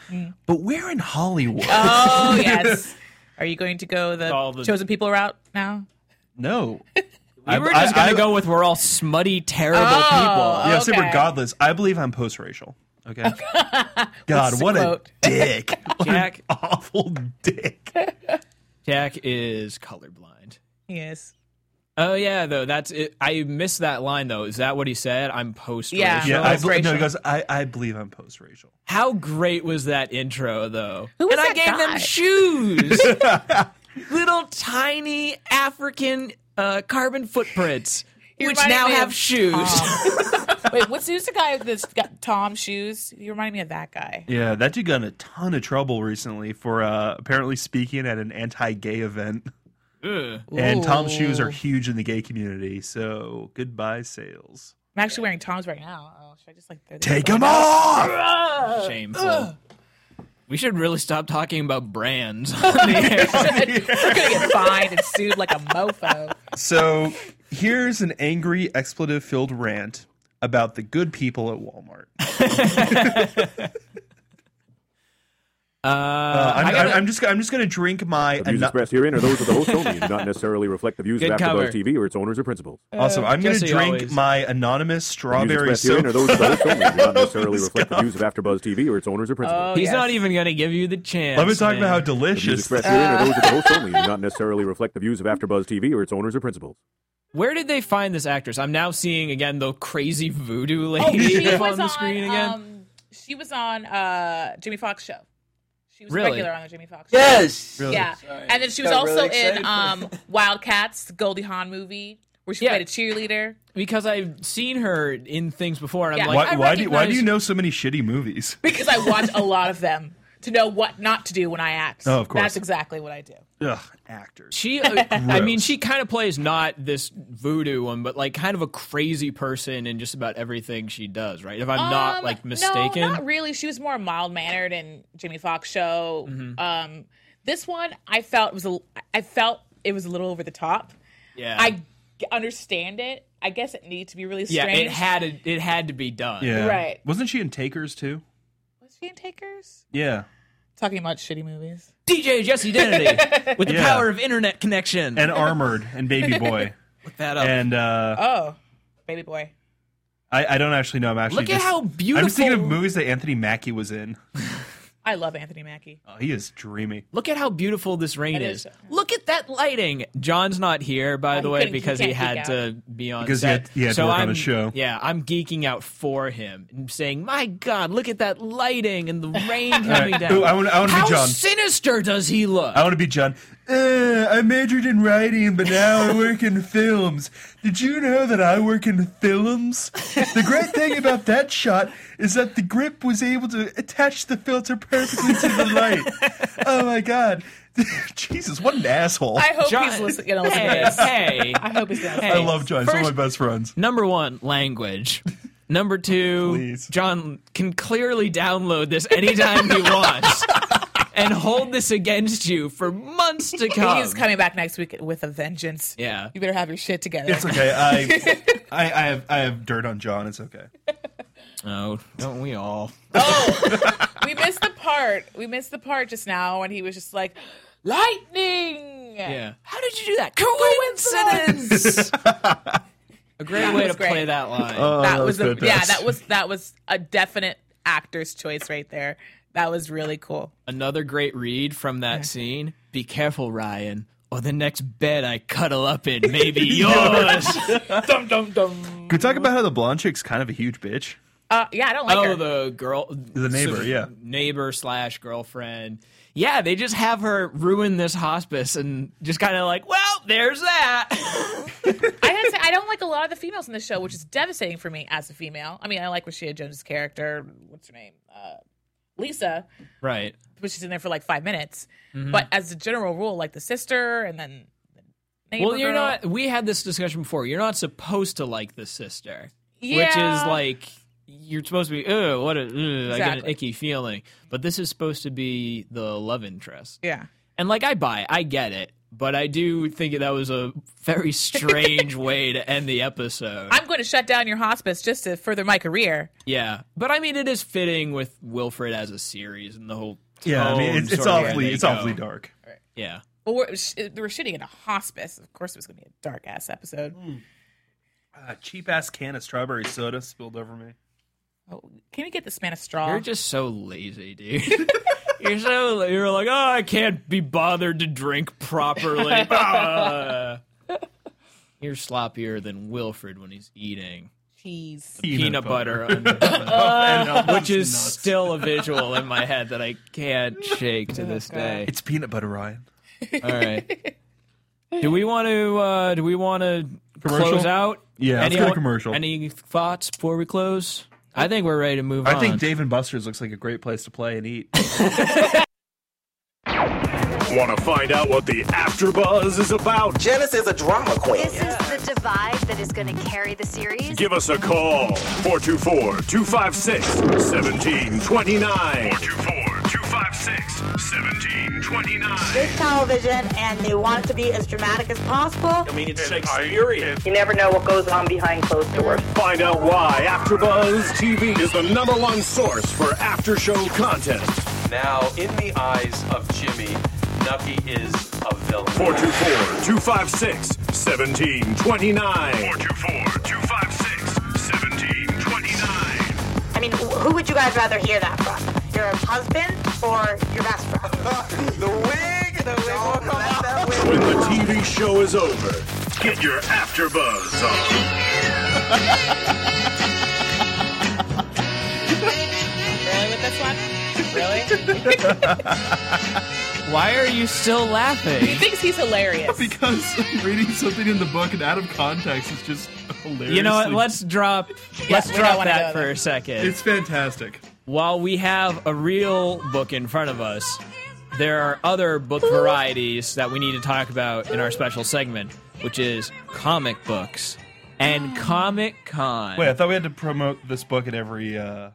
Speaker 4: but we're in Hollywood.
Speaker 5: Oh yes. Are you going to go the,
Speaker 2: All the-
Speaker 5: chosen people route now?
Speaker 4: no.
Speaker 2: we were just gonna go with we're all smutty, terrible people.
Speaker 4: Yeah,
Speaker 5: Oh,
Speaker 4: say
Speaker 5: Okay.
Speaker 4: we're godless. I believe I'm post racial. Okay. God,
Speaker 5: What's the
Speaker 4: what a
Speaker 5: quote?
Speaker 4: dick. What an
Speaker 2: Jack,
Speaker 4: awful dick.
Speaker 2: Jack is colorblind.
Speaker 5: Yes.
Speaker 2: Oh yeah, though that's it. I missed that line though. Is that what he said? I'm post.
Speaker 5: Yeah.
Speaker 4: Yeah, I believe,
Speaker 5: Post-racial.
Speaker 4: no, he goes, I, I believe I'm post racial.
Speaker 2: How great was that intro, though?
Speaker 5: Who was
Speaker 2: and I
Speaker 5: that
Speaker 2: gave
Speaker 5: guy?
Speaker 2: them shoes, little tiny African uh, carbon footprints,
Speaker 5: He
Speaker 2: which
Speaker 5: reminded
Speaker 2: now
Speaker 5: me of
Speaker 2: have shoes.
Speaker 5: Wait, what's who's the guy that's got Tom shoes? You remind me of that guy.
Speaker 4: Yeah, that dude got in a ton of trouble recently for uh, apparently speaking at an anti gay event.
Speaker 5: Oh.
Speaker 2: Ugh.
Speaker 4: And Tom's
Speaker 5: Ooh.
Speaker 4: shoes are huge in the gay community, so goodbye sales.
Speaker 5: I'm actually wearing Tom's right now. Oh, should I just like throw these
Speaker 4: Take
Speaker 5: away?
Speaker 4: them off!
Speaker 2: Shameful. We should really stop talking about brands. on
Speaker 4: Uh,
Speaker 2: the air.
Speaker 5: I'm gonna get fined and sued like a mofo.
Speaker 4: So here's an angry expletive filled rant about the good people at Walmart.
Speaker 2: uh,
Speaker 4: Uh, I'm,
Speaker 2: I gotta-
Speaker 4: I'm just I'm just gonna drink my
Speaker 7: The views
Speaker 4: ano-
Speaker 7: expressed herein are those of the host only and do not necessarily reflect the views of AfterBuzz
Speaker 2: Good cover.
Speaker 7: TV or its owners or principals.
Speaker 4: awesome. I'm gonna
Speaker 2: Uh, Jesse
Speaker 4: drink
Speaker 2: always-
Speaker 4: my anonymous
Speaker 7: The views
Speaker 4: strawberry
Speaker 7: expressed herein are
Speaker 4: soda.
Speaker 7: those of the host only and do not necessarily reflect the views of AfterBuzz TV or its owners or principals.
Speaker 5: Oh,
Speaker 2: he's
Speaker 5: yes.
Speaker 2: not even going to give you the chance.
Speaker 4: Let me talk about how
Speaker 2: man.
Speaker 7: The views
Speaker 4: delicious.
Speaker 7: expressed herein are those of
Speaker 4: Ah.
Speaker 7: the host only and do not necessarily reflect the views of AfterBuzz TV or its owners or principals.
Speaker 2: Where did they find this actress? I'm now seeing again the crazy voodoo
Speaker 5: Oh,
Speaker 2: lady
Speaker 5: she
Speaker 2: on
Speaker 5: was
Speaker 2: the screen
Speaker 5: on,
Speaker 2: again.
Speaker 5: Um, she was on uh, Jimmy Fox show. She was
Speaker 2: Really?
Speaker 5: regular on the Jimmy Fox show.
Speaker 8: Yes.
Speaker 5: Yeah.
Speaker 6: Sorry.
Speaker 5: And then she was
Speaker 6: Got really
Speaker 5: also
Speaker 6: excited
Speaker 5: in
Speaker 6: for
Speaker 5: um, Wildcats, the Goldie Hawn movie, where she
Speaker 2: Yeah.
Speaker 5: played a cheerleader.
Speaker 2: because I've seen her in things before, and
Speaker 5: Yeah.
Speaker 2: I'm like,
Speaker 4: Why,
Speaker 5: I
Speaker 4: why, do, why do
Speaker 2: recognize-
Speaker 4: you know so many shitty movies?
Speaker 5: Because I watch a lot of them to know what not to do when I act.
Speaker 4: Oh, of course.
Speaker 5: That's exactly what I do.
Speaker 4: Ugh, actors.
Speaker 2: She, uh, I mean, she kind of plays not this voodoo one, but like kind of a crazy person in just about everything she does, right? If I'm not
Speaker 5: Um,
Speaker 2: like mistaken,
Speaker 5: No, not really. She was more mild mannered in Jimmy Fox show.
Speaker 2: Mm-hmm.
Speaker 5: Um, this one I felt was a, I felt it was a little over the top.
Speaker 2: yeah,
Speaker 5: I g- understand it. I guess it needed to be really
Speaker 2: yeah,
Speaker 5: strange.
Speaker 2: it had to, it had to be done.
Speaker 4: Yeah.
Speaker 5: Right.
Speaker 4: Wasn't she in Takers too?
Speaker 5: was she in Takers?
Speaker 4: Yeah.
Speaker 5: Talking about shitty movies.
Speaker 2: DJ Jesse Dennity with the
Speaker 4: Yeah.
Speaker 2: power of internet connection.
Speaker 4: And Armored and Baby Boy.
Speaker 2: Look that up.
Speaker 4: and uh,
Speaker 5: Oh, baby boy.
Speaker 4: I, I don't actually know. I'm actually
Speaker 2: Look at
Speaker 4: just-
Speaker 2: how
Speaker 4: I'm just thinking of
Speaker 2: beautiful-
Speaker 4: movies that Anthony Mackie was in.
Speaker 5: I love Anthony Mackie.
Speaker 4: Oh, he is dreamy.
Speaker 2: Look at how beautiful this rain
Speaker 5: It
Speaker 2: is.
Speaker 5: is.
Speaker 2: Look at that lighting. John's not here, by
Speaker 5: Oh,
Speaker 2: the
Speaker 5: he
Speaker 2: way,
Speaker 5: couldn't- he
Speaker 2: because he,
Speaker 5: can't
Speaker 2: had
Speaker 5: geek
Speaker 2: to be on
Speaker 4: Because he
Speaker 2: set.
Speaker 4: had- he had to
Speaker 2: so
Speaker 4: work on
Speaker 2: I'm,
Speaker 4: the show.
Speaker 2: Yeah, I'm geeking out for him and saying, "My God, look at that lighting and the rain coming
Speaker 4: right.
Speaker 2: down."
Speaker 4: Who- I wanna- I wanna be
Speaker 2: How
Speaker 4: John. Oh.
Speaker 2: sinister does he look?
Speaker 4: I want to be John. Uh, I majored in writing, but now I work in films. Did you know that I work in films? The great thing about that shot is that the grip was able to attach the filter perfectly to the light. Oh my god. Jesus, what an asshole.
Speaker 5: I hope
Speaker 2: John,
Speaker 5: he's listening. Gonna listen
Speaker 2: hey,
Speaker 5: to this.
Speaker 2: hey.
Speaker 5: I hope he's gonna.
Speaker 2: Hey.
Speaker 4: I love John. He's one of my best friends.
Speaker 2: Number one, language. Number two,
Speaker 4: Please.
Speaker 2: John can clearly download this anytime he wants and hold this against you for months to come.
Speaker 5: He's coming back next week with a vengeance.
Speaker 2: Yeah.
Speaker 5: You better have your shit together.
Speaker 4: It's okay. I, I, I have I have dirt on John. It's okay.
Speaker 2: Oh, don't we all?
Speaker 5: we missed the part. We missed the part just now when he was just like, lightning.
Speaker 2: Yeah. How did you do that? Coincidence. a great
Speaker 5: That
Speaker 2: way
Speaker 5: was
Speaker 2: to
Speaker 5: great.
Speaker 2: play that line.
Speaker 5: that was,
Speaker 4: Oh, was
Speaker 5: a, yeah.
Speaker 4: fantastic.
Speaker 5: That was that was a definite actor's choice right there. That was really cool.
Speaker 2: Another great read from that scene. Be careful, Ryan, or the next bed I cuddle up in may be yours.
Speaker 4: Can we talk about how the blonde chick's kind of a huge bitch?
Speaker 5: Uh, yeah, I don't like her.
Speaker 2: oh, the girl, the
Speaker 4: neighbor, yeah.
Speaker 2: neighbor slash girlfriend. yeah, they just have her ruin this hospice and just kind of like, well, there's that.
Speaker 5: I gotta say, I don't like a lot of the females in the show, which is devastating for me as a female. I mean, I like Rashida Jones's character. What's her name? Uh, Lisa,
Speaker 2: right.
Speaker 5: but she's in there for like five minutes.
Speaker 2: Mm-hmm.
Speaker 5: But as a general rule, like the sister and then. the neighbor
Speaker 2: Well, you're
Speaker 5: girl.
Speaker 2: not. We had this discussion before. You're not supposed to like the sister, which
Speaker 5: Yeah.
Speaker 2: is like you're supposed to be. Ugh, what a ugh, I get an
Speaker 5: Exactly.
Speaker 2: icky feeling. But this is supposed to be the love interest,
Speaker 5: Yeah.
Speaker 2: and like I buy, it, I get it, but I do think that was a very strange way to end the episode.
Speaker 5: I'm going to shut down your hospice just to further my career.
Speaker 2: yeah, but I mean, it is fitting with Wilfred as a series and the whole.
Speaker 4: Yeah, I mean,
Speaker 2: tone
Speaker 4: it's, it's
Speaker 2: sort of where
Speaker 4: awfully
Speaker 2: they
Speaker 4: it's
Speaker 2: go.
Speaker 4: awfully dark.
Speaker 2: Yeah.
Speaker 5: Well, we're, sh- they were shooting in a hospice. Of course, it was going to be a dark ass episode.
Speaker 4: Uh, cheap ass can of strawberry soda spilled over me.
Speaker 5: Oh, can we get this man a straw?
Speaker 4: Uh.
Speaker 2: You're just so lazy, dude. you're so you're like, oh, I can't be bothered to drink properly. Ah. you're sloppier than Wilfred when he's eating
Speaker 5: Jeez.
Speaker 2: peanut, butter, on the which is still a visual in my head that I can't shake to this day.
Speaker 4: It's peanut butter, Ryan.
Speaker 2: All right. Do we want to? Uh, do we want to close
Speaker 4: Commercial?
Speaker 2: out?
Speaker 4: Yeah, let's go to
Speaker 2: Anyone-
Speaker 4: commercial.
Speaker 2: Any thoughts before we close? I think we're ready to move on.
Speaker 4: I think Dave and Buster's looks like a great place to play and eat.
Speaker 7: Want to find out what the AfterBuzz is about?
Speaker 8: Janice is a drama queen.
Speaker 9: This is the divide that is going to carry the series.
Speaker 7: Give us a call. 424-256-1729. 424-256-1729.
Speaker 10: television and they want it to be as dramatic as possible.
Speaker 7: I mean, it's Shakespearean.
Speaker 10: You never know what goes on behind closed doors.
Speaker 7: Find out why AfterBuzz TV is the number one source for after-show content.
Speaker 8: Now, in the eyes of Jimmy, Nucky is a villain.
Speaker 7: 424-256-1729. 424-256-1729.
Speaker 10: I mean, wh- who would you guys rather hear that from? Your husband or your best friend?
Speaker 8: the wig! The wig will come out. That wig.
Speaker 7: When the TV show is over, get your AfterBuzz on.
Speaker 5: Really with this one? Really?
Speaker 2: Why are you still
Speaker 5: he
Speaker 2: laughing?
Speaker 5: thinks he's hilarious.
Speaker 4: because reading something in the book and out of context is just hilarious.
Speaker 2: You know what? Let's drop. let's
Speaker 5: we don't
Speaker 2: drop
Speaker 5: wanna
Speaker 2: that
Speaker 5: go
Speaker 2: for
Speaker 5: there.
Speaker 2: a second.
Speaker 4: It's fantastic.
Speaker 2: While we have a real book in front of us, there are other book varieties that we need to talk about in our special segment, which is comic books and Comic Con.
Speaker 4: Wait, I thought we had to promote this book at every. uh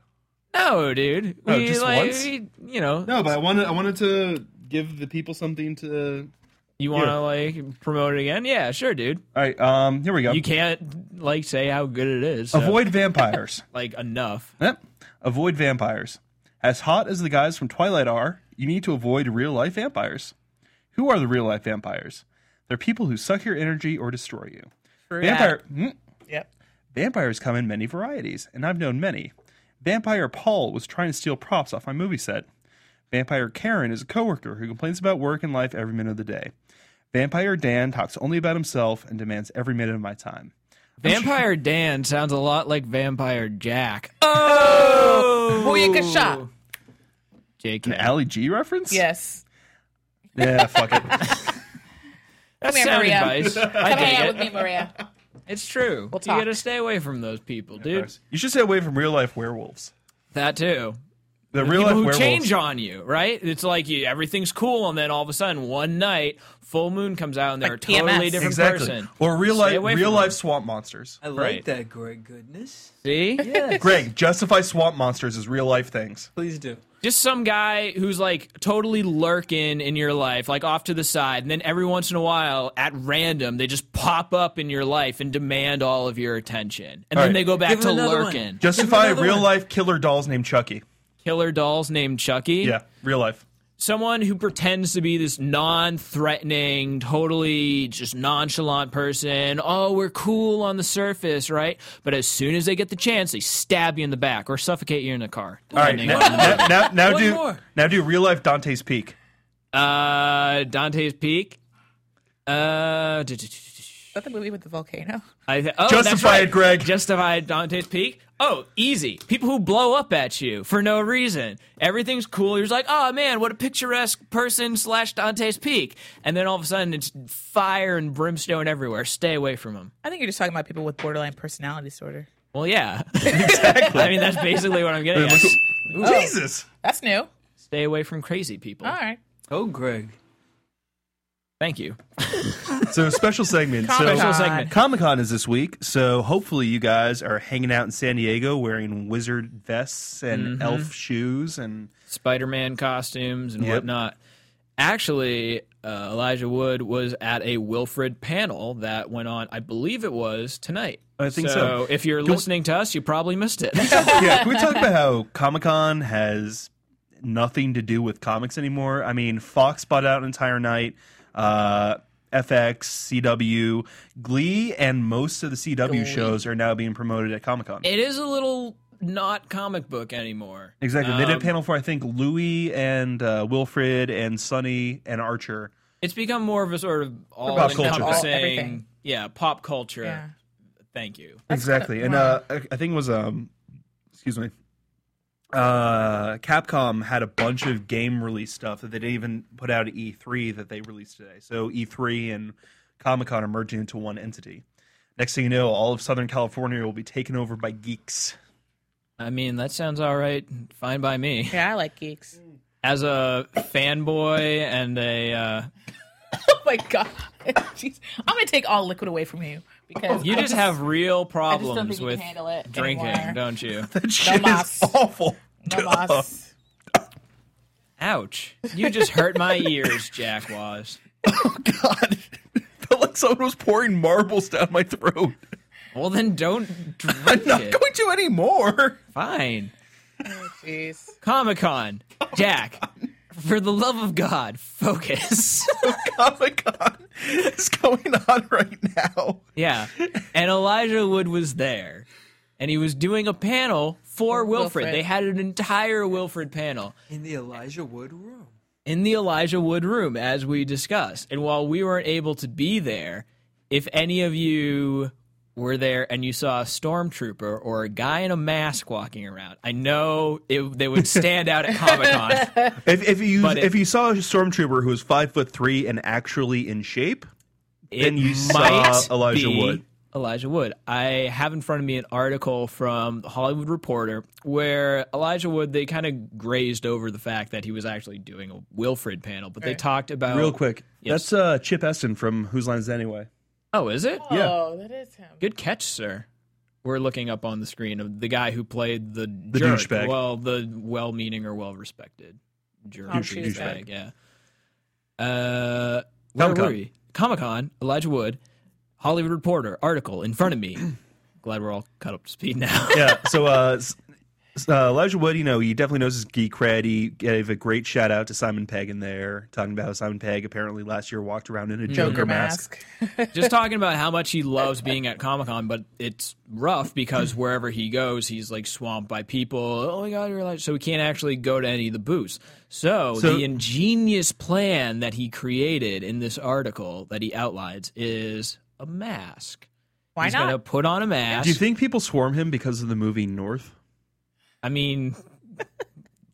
Speaker 2: No, dude.
Speaker 4: No,
Speaker 2: we,
Speaker 4: Oh, just
Speaker 2: like,
Speaker 4: once?
Speaker 2: we- you know,
Speaker 4: No, but I wanted I wanted to give the people something to.
Speaker 2: you want to
Speaker 4: Yeah.
Speaker 2: like promote it again? Yeah, sure, dude.
Speaker 4: All right, um, here we go.
Speaker 2: You can't like say how good it is. so,
Speaker 4: Avoid vampires.
Speaker 2: like enough.
Speaker 4: Yep. Eh, Avoid vampires. As hot as the guys from Twilight are, you need to avoid real life vampires. Who are the real life vampires? They're people who suck your energy or destroy you. Vampire. Mm.
Speaker 5: Yep.
Speaker 4: Vampires come in many varieties, and I've known many. Vampire Paul was trying to steal props off my movie set. Vampire Karen is a coworker who complains about work and life every minute of the day. Vampire Dan talks only about himself and demands every minute of my time.
Speaker 2: Vampire Dan sounds a lot like Vampire Jack. Oh,
Speaker 5: Booyakasha.
Speaker 4: An
Speaker 2: JK.
Speaker 4: Ali G reference?
Speaker 5: Yes.
Speaker 4: Yeah, fuck it.
Speaker 2: That's
Speaker 5: Come here,
Speaker 2: sound
Speaker 5: Maria.
Speaker 2: advice. I
Speaker 5: Come hang
Speaker 2: dig
Speaker 5: out
Speaker 2: it.
Speaker 5: Oh, with me, Maria.
Speaker 2: It's true.
Speaker 5: We'll
Speaker 2: You
Speaker 5: talk.
Speaker 2: gotta stay away from those people, dude.
Speaker 4: You should stay away from real life werewolves.
Speaker 2: That too.
Speaker 4: The real life
Speaker 2: people who
Speaker 4: werewolves.
Speaker 2: change on you, right? It's like you, everything's cool, and then all of a sudden, one night, full moon comes out, and they're
Speaker 5: Like
Speaker 2: a totally
Speaker 5: PMS.
Speaker 2: different
Speaker 4: exactly.
Speaker 2: person.
Speaker 4: Or real
Speaker 2: Stay away
Speaker 4: life real
Speaker 2: from
Speaker 4: life
Speaker 2: them.
Speaker 4: swamp monsters.
Speaker 6: I like
Speaker 2: Right.
Speaker 6: that, Greg. Goodness.
Speaker 2: See,
Speaker 6: Yes.
Speaker 4: Greg, justify swamp monsters as real life things.
Speaker 6: Please do.
Speaker 2: just some guy who's like totally lurking in your life, like off to the side, and then every once in a while, at random, they just pop up in your life and demand all of your attention, and
Speaker 4: All
Speaker 2: then
Speaker 4: right.
Speaker 2: they go back
Speaker 6: Give him
Speaker 2: to
Speaker 6: another one.
Speaker 2: lurking.
Speaker 4: Justify
Speaker 6: another
Speaker 4: real
Speaker 6: one.
Speaker 4: life killer dolls named Chucky.
Speaker 2: Killer dolls named Chucky.
Speaker 4: Yeah, real life.
Speaker 2: someone who pretends to be this non-threatening, totally just nonchalant person. Oh, we're cool on the surface, right? But as soon as they get the chance, they stab you in the back or suffocate you in a car.
Speaker 4: All right, now, now, now, now
Speaker 6: One
Speaker 4: do
Speaker 6: more.
Speaker 4: now do real life Dante's Peak.
Speaker 2: Uh, Dante's Peak. Uh, d- d- d- d-
Speaker 5: Is that the movie with the volcano?
Speaker 2: I th- oh, that's
Speaker 4: Justify
Speaker 2: right.
Speaker 4: it, Greg.
Speaker 2: Justify Dante's Peak. Oh, easy. People who blow up at you for no reason. Everything's cool. You're just like, oh man, what a picturesque person slash Dante's Peak. And then all of a sudden, it's fire and brimstone everywhere. Stay away from them.
Speaker 5: I think you're just talking about people with borderline personality disorder.
Speaker 2: Well, yeah, exactly. I mean, that's basically what I'm getting. at.
Speaker 4: Jesus.
Speaker 5: That's new.
Speaker 2: Stay away from crazy people.
Speaker 5: All right.
Speaker 6: Oh, Greg.
Speaker 2: Thank you.
Speaker 4: So special segment.
Speaker 2: Special
Speaker 4: So
Speaker 2: segment.
Speaker 4: Comic Con is this week, so hopefully you guys are hanging out in San Diego wearing wizard vests and
Speaker 2: Mm-hmm.
Speaker 4: elf shoes and
Speaker 2: Spider-Man costumes and
Speaker 4: Yep.
Speaker 2: whatnot. Actually, uh, Elijah Wood was at a Wilfred panel that went on. I believe it was tonight.
Speaker 4: I think so.
Speaker 2: If you're listening to us, you probably missed it.
Speaker 4: yeah, can we talk about how Comic Con has nothing to do with comics anymore? I mean, Fox bought out an entire night. Uh, FX, CW, Glee, and most of the CW shows are now being promoted at Comic Con.
Speaker 2: it is a little not comic book anymore.
Speaker 4: Exactly. they did a
Speaker 2: Um,
Speaker 4: panel for I think Louis and uh, Wilfred and Sonny and Archer.
Speaker 2: It's become more of a sort of all
Speaker 4: culture thing.
Speaker 5: All- everything.
Speaker 2: encompassing. Yeah, pop culture.
Speaker 5: Yeah.
Speaker 2: Thank you.
Speaker 4: exactly. and uh, I I think it was um, excuse me. Uh, Capcom had a bunch of game release stuff that they didn't even put out at E3 that they released today. So E3 and Comic Con are merging into one entity. Next thing you know, all of Southern California will be taken over by geeks.
Speaker 2: I mean, that sounds all right. Fine by me.
Speaker 5: Yeah, I like geeks.
Speaker 2: As a fanboy and a uh,
Speaker 5: Oh my god. Jeez. I'm gonna take all liquid away from you because
Speaker 2: You just have real
Speaker 5: I just don't
Speaker 2: problems
Speaker 5: think you
Speaker 2: with
Speaker 5: can handle it
Speaker 2: drinking,
Speaker 5: anymore.
Speaker 2: don't you?
Speaker 4: That shit is
Speaker 5: mas.
Speaker 4: awful.
Speaker 5: no
Speaker 2: Oh.
Speaker 5: moss.
Speaker 2: Ouch. You just hurt my ears, Jack was.
Speaker 4: God, felt like someone was pouring marbles down my throat.
Speaker 2: Well, then don't
Speaker 4: I'm
Speaker 2: drink
Speaker 4: not
Speaker 2: it.
Speaker 4: going to anymore.
Speaker 2: Fine.
Speaker 5: Oh, Jeez.
Speaker 2: Comic Con. Jack, for the love of God, focus.
Speaker 4: Comic Con is going on right now.
Speaker 2: yeah. And Elijah Wood was there. And he was doing a panel for Wilfred.
Speaker 5: Wilfred.
Speaker 2: They had an entire Wilfred panel.
Speaker 6: In the Elijah Wood room.
Speaker 2: in the Elijah Wood room, as we discussed. And while we weren't able to be there, if any of you were there and you saw a stormtrooper or a guy in a mask walking around, I know it, they would stand out at Comic Con.
Speaker 4: If, if you
Speaker 2: But it-
Speaker 4: if you saw a stormtrooper who was five foot three and actually in shape, Then you
Speaker 2: might
Speaker 4: saw Elijah
Speaker 2: be
Speaker 4: Wood.
Speaker 2: Elijah Wood. I have in front of me an article from the Hollywood Reporter where Elijah Wood, they kind of grazed over the fact that he was actually doing a Wilfred panel, but they talked about.
Speaker 4: real quick,
Speaker 2: Oh. Yes.
Speaker 4: that's uh, Chip Esten from Whose Lines Anyway.
Speaker 2: Oh, is it?
Speaker 5: Oh, that is him.
Speaker 2: Good catch, sir. We're looking up on the screen of the guy who played the, jerk.
Speaker 4: douchebag.
Speaker 2: Well, the well-meaning or well-respected jerk
Speaker 5: Douche-
Speaker 2: douchebag. Yeah. Uh,
Speaker 4: Comic-Con.
Speaker 2: Comic Con. Elijah Wood, Hollywood Reporter article in front of me. Glad we're all caught up to speed now.
Speaker 4: yeah. So uh, s- s- uh, Elijah Wood, you know, he definitely knows his geek cred. He gave a great shout out to Simon Pegg in there, talking about how Simon Pegg apparently last year walked around in a Joker,
Speaker 5: Joker
Speaker 4: mask.
Speaker 5: mask.
Speaker 2: Just talking about how much he loves being at Comic Con, but it's rough because wherever he goes, he's like swamped by people. Oh my God, you're like, so he can't actually go to any of the booths. So,
Speaker 4: So-
Speaker 2: the ingenious plan that he created in this article that he outlines is a mask.
Speaker 5: Why
Speaker 2: he's
Speaker 5: not?
Speaker 2: gonna put on a mask.
Speaker 4: Do you think people swarm him because of the movie North?
Speaker 2: I mean,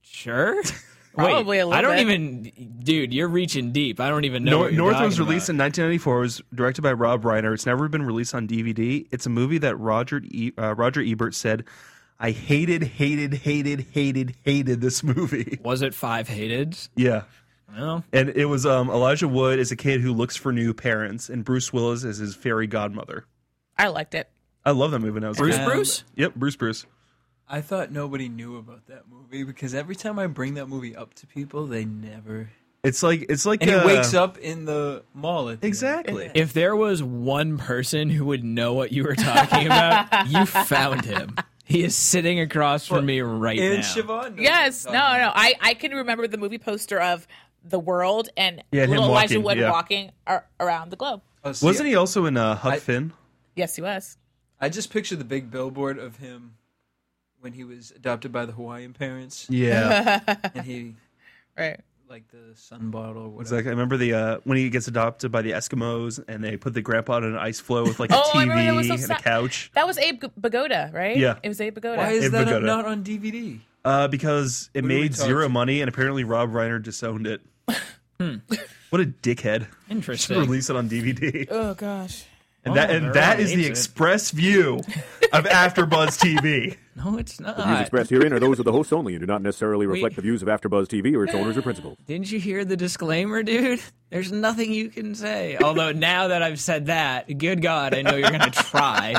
Speaker 2: sure.
Speaker 5: Probably
Speaker 2: Wait,
Speaker 5: a little
Speaker 2: I don't
Speaker 5: bit.
Speaker 2: even, dude. You're reaching deep. I don't even know.
Speaker 4: Nor-
Speaker 2: what you're
Speaker 4: North was
Speaker 2: talking
Speaker 4: released
Speaker 2: about.
Speaker 4: in 1994. It was directed by Rob Reiner. It's never been released on DVD. It's a movie that Roger e- uh, Roger Ebert said, "I hated, hated, hated, hated, hated this movie."
Speaker 2: Was it Five Hated?
Speaker 4: Yeah,
Speaker 2: Well,
Speaker 4: and it was um, Elijah Wood is a kid who looks for new parents, and Bruce Willis is his fairy godmother.
Speaker 5: I liked it.
Speaker 4: I love that movie. When I was a
Speaker 2: Bruce
Speaker 4: kid.
Speaker 2: Bruce.
Speaker 4: Yep, Bruce Bruce.
Speaker 6: I thought nobody knew about that movie because every time I bring that movie up to people, they never.
Speaker 4: It's like it's like
Speaker 6: And
Speaker 4: uh,
Speaker 6: he wakes up in the mall at the end.
Speaker 4: exactly.
Speaker 2: If there was one person who would know what you were talking about, you found him. He is sitting across from me right
Speaker 6: And
Speaker 2: now.
Speaker 6: Siobhan. knows
Speaker 5: Yes. No.
Speaker 6: what
Speaker 5: No.
Speaker 6: I'm talking about.
Speaker 5: I I can remember the movie poster of the world and
Speaker 4: Yeah, him
Speaker 5: little Elijah
Speaker 4: walking,
Speaker 5: Wood
Speaker 4: yeah.
Speaker 5: walking ar- around the globe.
Speaker 6: Oh, see,
Speaker 4: Wasn't he also in uh, Huck
Speaker 6: I-
Speaker 4: Finn?
Speaker 5: Yes, he was.
Speaker 6: I just picture the big billboard of him when he was adopted by the Hawaiian parents
Speaker 4: Yeah,
Speaker 6: and he
Speaker 5: Right.
Speaker 6: like the sun bottle or whatever.
Speaker 4: Exactly. I remember the uh, when he gets adopted by the Eskimos and they put the grandpa on an ice floe with like a
Speaker 5: Oh, I
Speaker 4: TV
Speaker 5: remember that was so
Speaker 4: and a
Speaker 5: sad.
Speaker 4: couch.
Speaker 5: That was Abe Bagoda, right?
Speaker 4: Yeah.
Speaker 5: It was Abe Bagoda.
Speaker 4: Why is Abe that Bagoda. not
Speaker 6: on DVD?
Speaker 4: Uh, because it
Speaker 6: What are we
Speaker 4: made
Speaker 6: talking-
Speaker 4: zero money and apparently Rob Reiner disowned it.
Speaker 5: Hmm.
Speaker 4: What a dickhead!
Speaker 2: Interesting.
Speaker 4: Should Release it on DVD.
Speaker 5: Oh gosh.
Speaker 4: And that
Speaker 6: Oh,
Speaker 4: and that is the express view of AfterBuzz TV.
Speaker 2: No, it's
Speaker 11: The views
Speaker 2: not.
Speaker 11: expressed herein are those of the hosts only and do not necessarily reflect
Speaker 2: We-
Speaker 11: the views of AfterBuzz TV or its owners or principals.
Speaker 2: Didn't you hear the disclaimer, dude? There's nothing you can say. Although now that I've said that, good God, I know you're gonna try.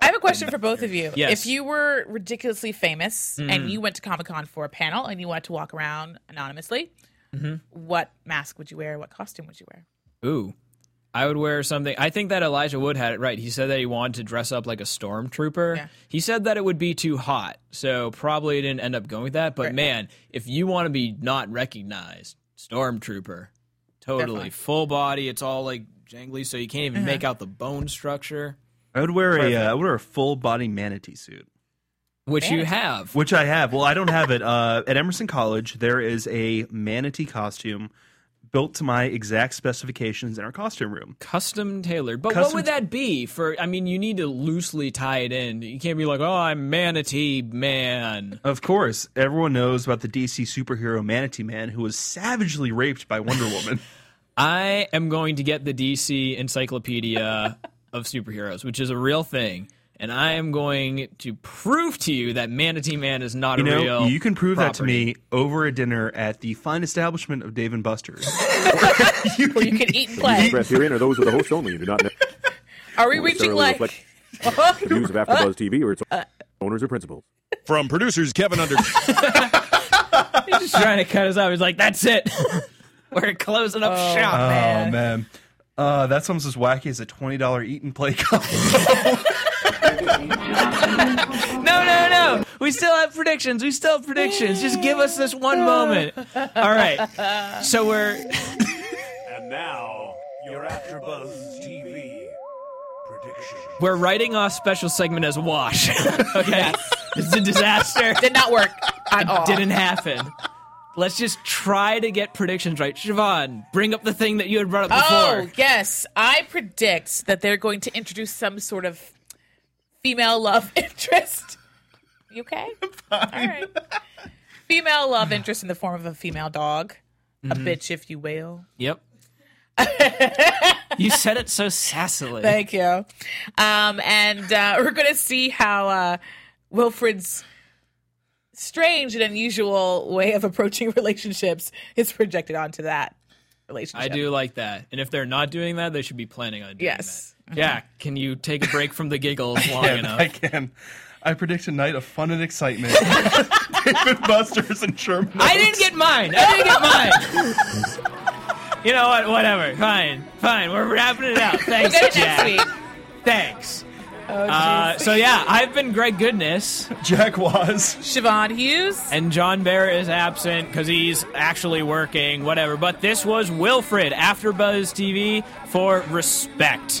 Speaker 5: I have a question for both of you.
Speaker 2: Yes.
Speaker 5: If you were ridiculously famous
Speaker 2: Mhm.
Speaker 5: and you went to Comic Con for a panel and you wanted to walk around anonymously,
Speaker 2: Mhm.
Speaker 5: what mask would you wear? What costume would you wear?
Speaker 2: Ooh. I would wear something. I think that Elijah Wood had it right. He said that he wanted to dress up like a stormtrooper. He said that it would be too hot, so probably didn't end up going with that. But man, if you want to be not recognized, stormtrooper, totally
Speaker 4: Definitely.
Speaker 2: full body. It's all like jangly, so you can't even
Speaker 4: Uh-huh.
Speaker 2: make out the bone structure,
Speaker 4: I would wear a
Speaker 2: Perfect.
Speaker 4: uh, I would wear a full body manatee suit.
Speaker 2: which you have.
Speaker 4: Which I have. Well, I don't have it. Uh, at Emerson College, there is a manatee costume built to my exact specifications in our costume room.
Speaker 2: Custom tailored. But what
Speaker 4: Custom
Speaker 2: would that be for? I mean, you need to loosely tie it in. You can't be like, oh, I'm manatee man.
Speaker 4: Of course, everyone knows about the DC superhero Manatee Man who was savagely raped by Wonder Woman.
Speaker 2: I am going to get the DC Encyclopedia of Superheroes, which is a real thing. And I am going to prove to you that Manatee Man is not
Speaker 4: you
Speaker 2: a
Speaker 4: know,
Speaker 2: real.
Speaker 4: you can prove that to
Speaker 2: property.
Speaker 4: me over a dinner at the fine establishment of Dave and Buster's.
Speaker 5: Well, you can eat and
Speaker 11: The views
Speaker 5: play.
Speaker 11: expressed herein are those of the hosts only and do not necessarily
Speaker 5: Are we reaching like?
Speaker 11: reflect the views of AfterBuzz TV or its owners or principals.
Speaker 12: From producers Kevin Under.
Speaker 2: He's just trying to cut us off. He's like, that's it. We're closing up shop,
Speaker 4: oh
Speaker 2: man.
Speaker 4: man, Uh, that's almost as wacky as a twenty dollar eat and play cup. Uh.
Speaker 2: No, no, no. We still have predictions. We still have predictions. Just give us this one moment. All right. So we're.
Speaker 7: And now, your AfterBuzz TV prediction.
Speaker 2: We're writing off special segment as wash. okay. It's a disaster.
Speaker 5: Did not work at all.
Speaker 2: Didn't happen. Let's just try to get predictions right. Siobhan, bring up the thing that you had brought up
Speaker 5: Oh
Speaker 2: before.
Speaker 5: yes, I predict that they're going to introduce some sort of female love interest. You okay? All right. Female love interest in the form of a female dog, a
Speaker 2: Mhm.
Speaker 5: bitch, if you will.
Speaker 2: Yep. you said it so sassily.
Speaker 5: Thank you. Um, and uh, we're going to see how uh, Wilfred's strange and unusual way of approaching relationships is projected onto that
Speaker 2: I
Speaker 5: relationship.
Speaker 2: do like that. And if they're not doing that, they should be planning on doing
Speaker 5: Yes.
Speaker 2: that. Jack, can you take a break from the giggles long
Speaker 4: Yeah,
Speaker 2: enough?
Speaker 4: I can. I predict a night of fun and excitement. David Buster's and Sherman.
Speaker 2: I didn't get mine. I didn't get mine. you know what? Whatever. Fine. Fine. We're wrapping it up. Thanks,
Speaker 3: We'll get it
Speaker 2: Jack.
Speaker 3: next
Speaker 2: Thanks.
Speaker 5: Oh,
Speaker 2: Uh, so yeah, I've been Greg Goodness.
Speaker 4: Jack was.
Speaker 5: Siobhan Hughes.
Speaker 2: And John Bear is absent because he's actually working, whatever. But this was Wilfred after Buzz TV for respect,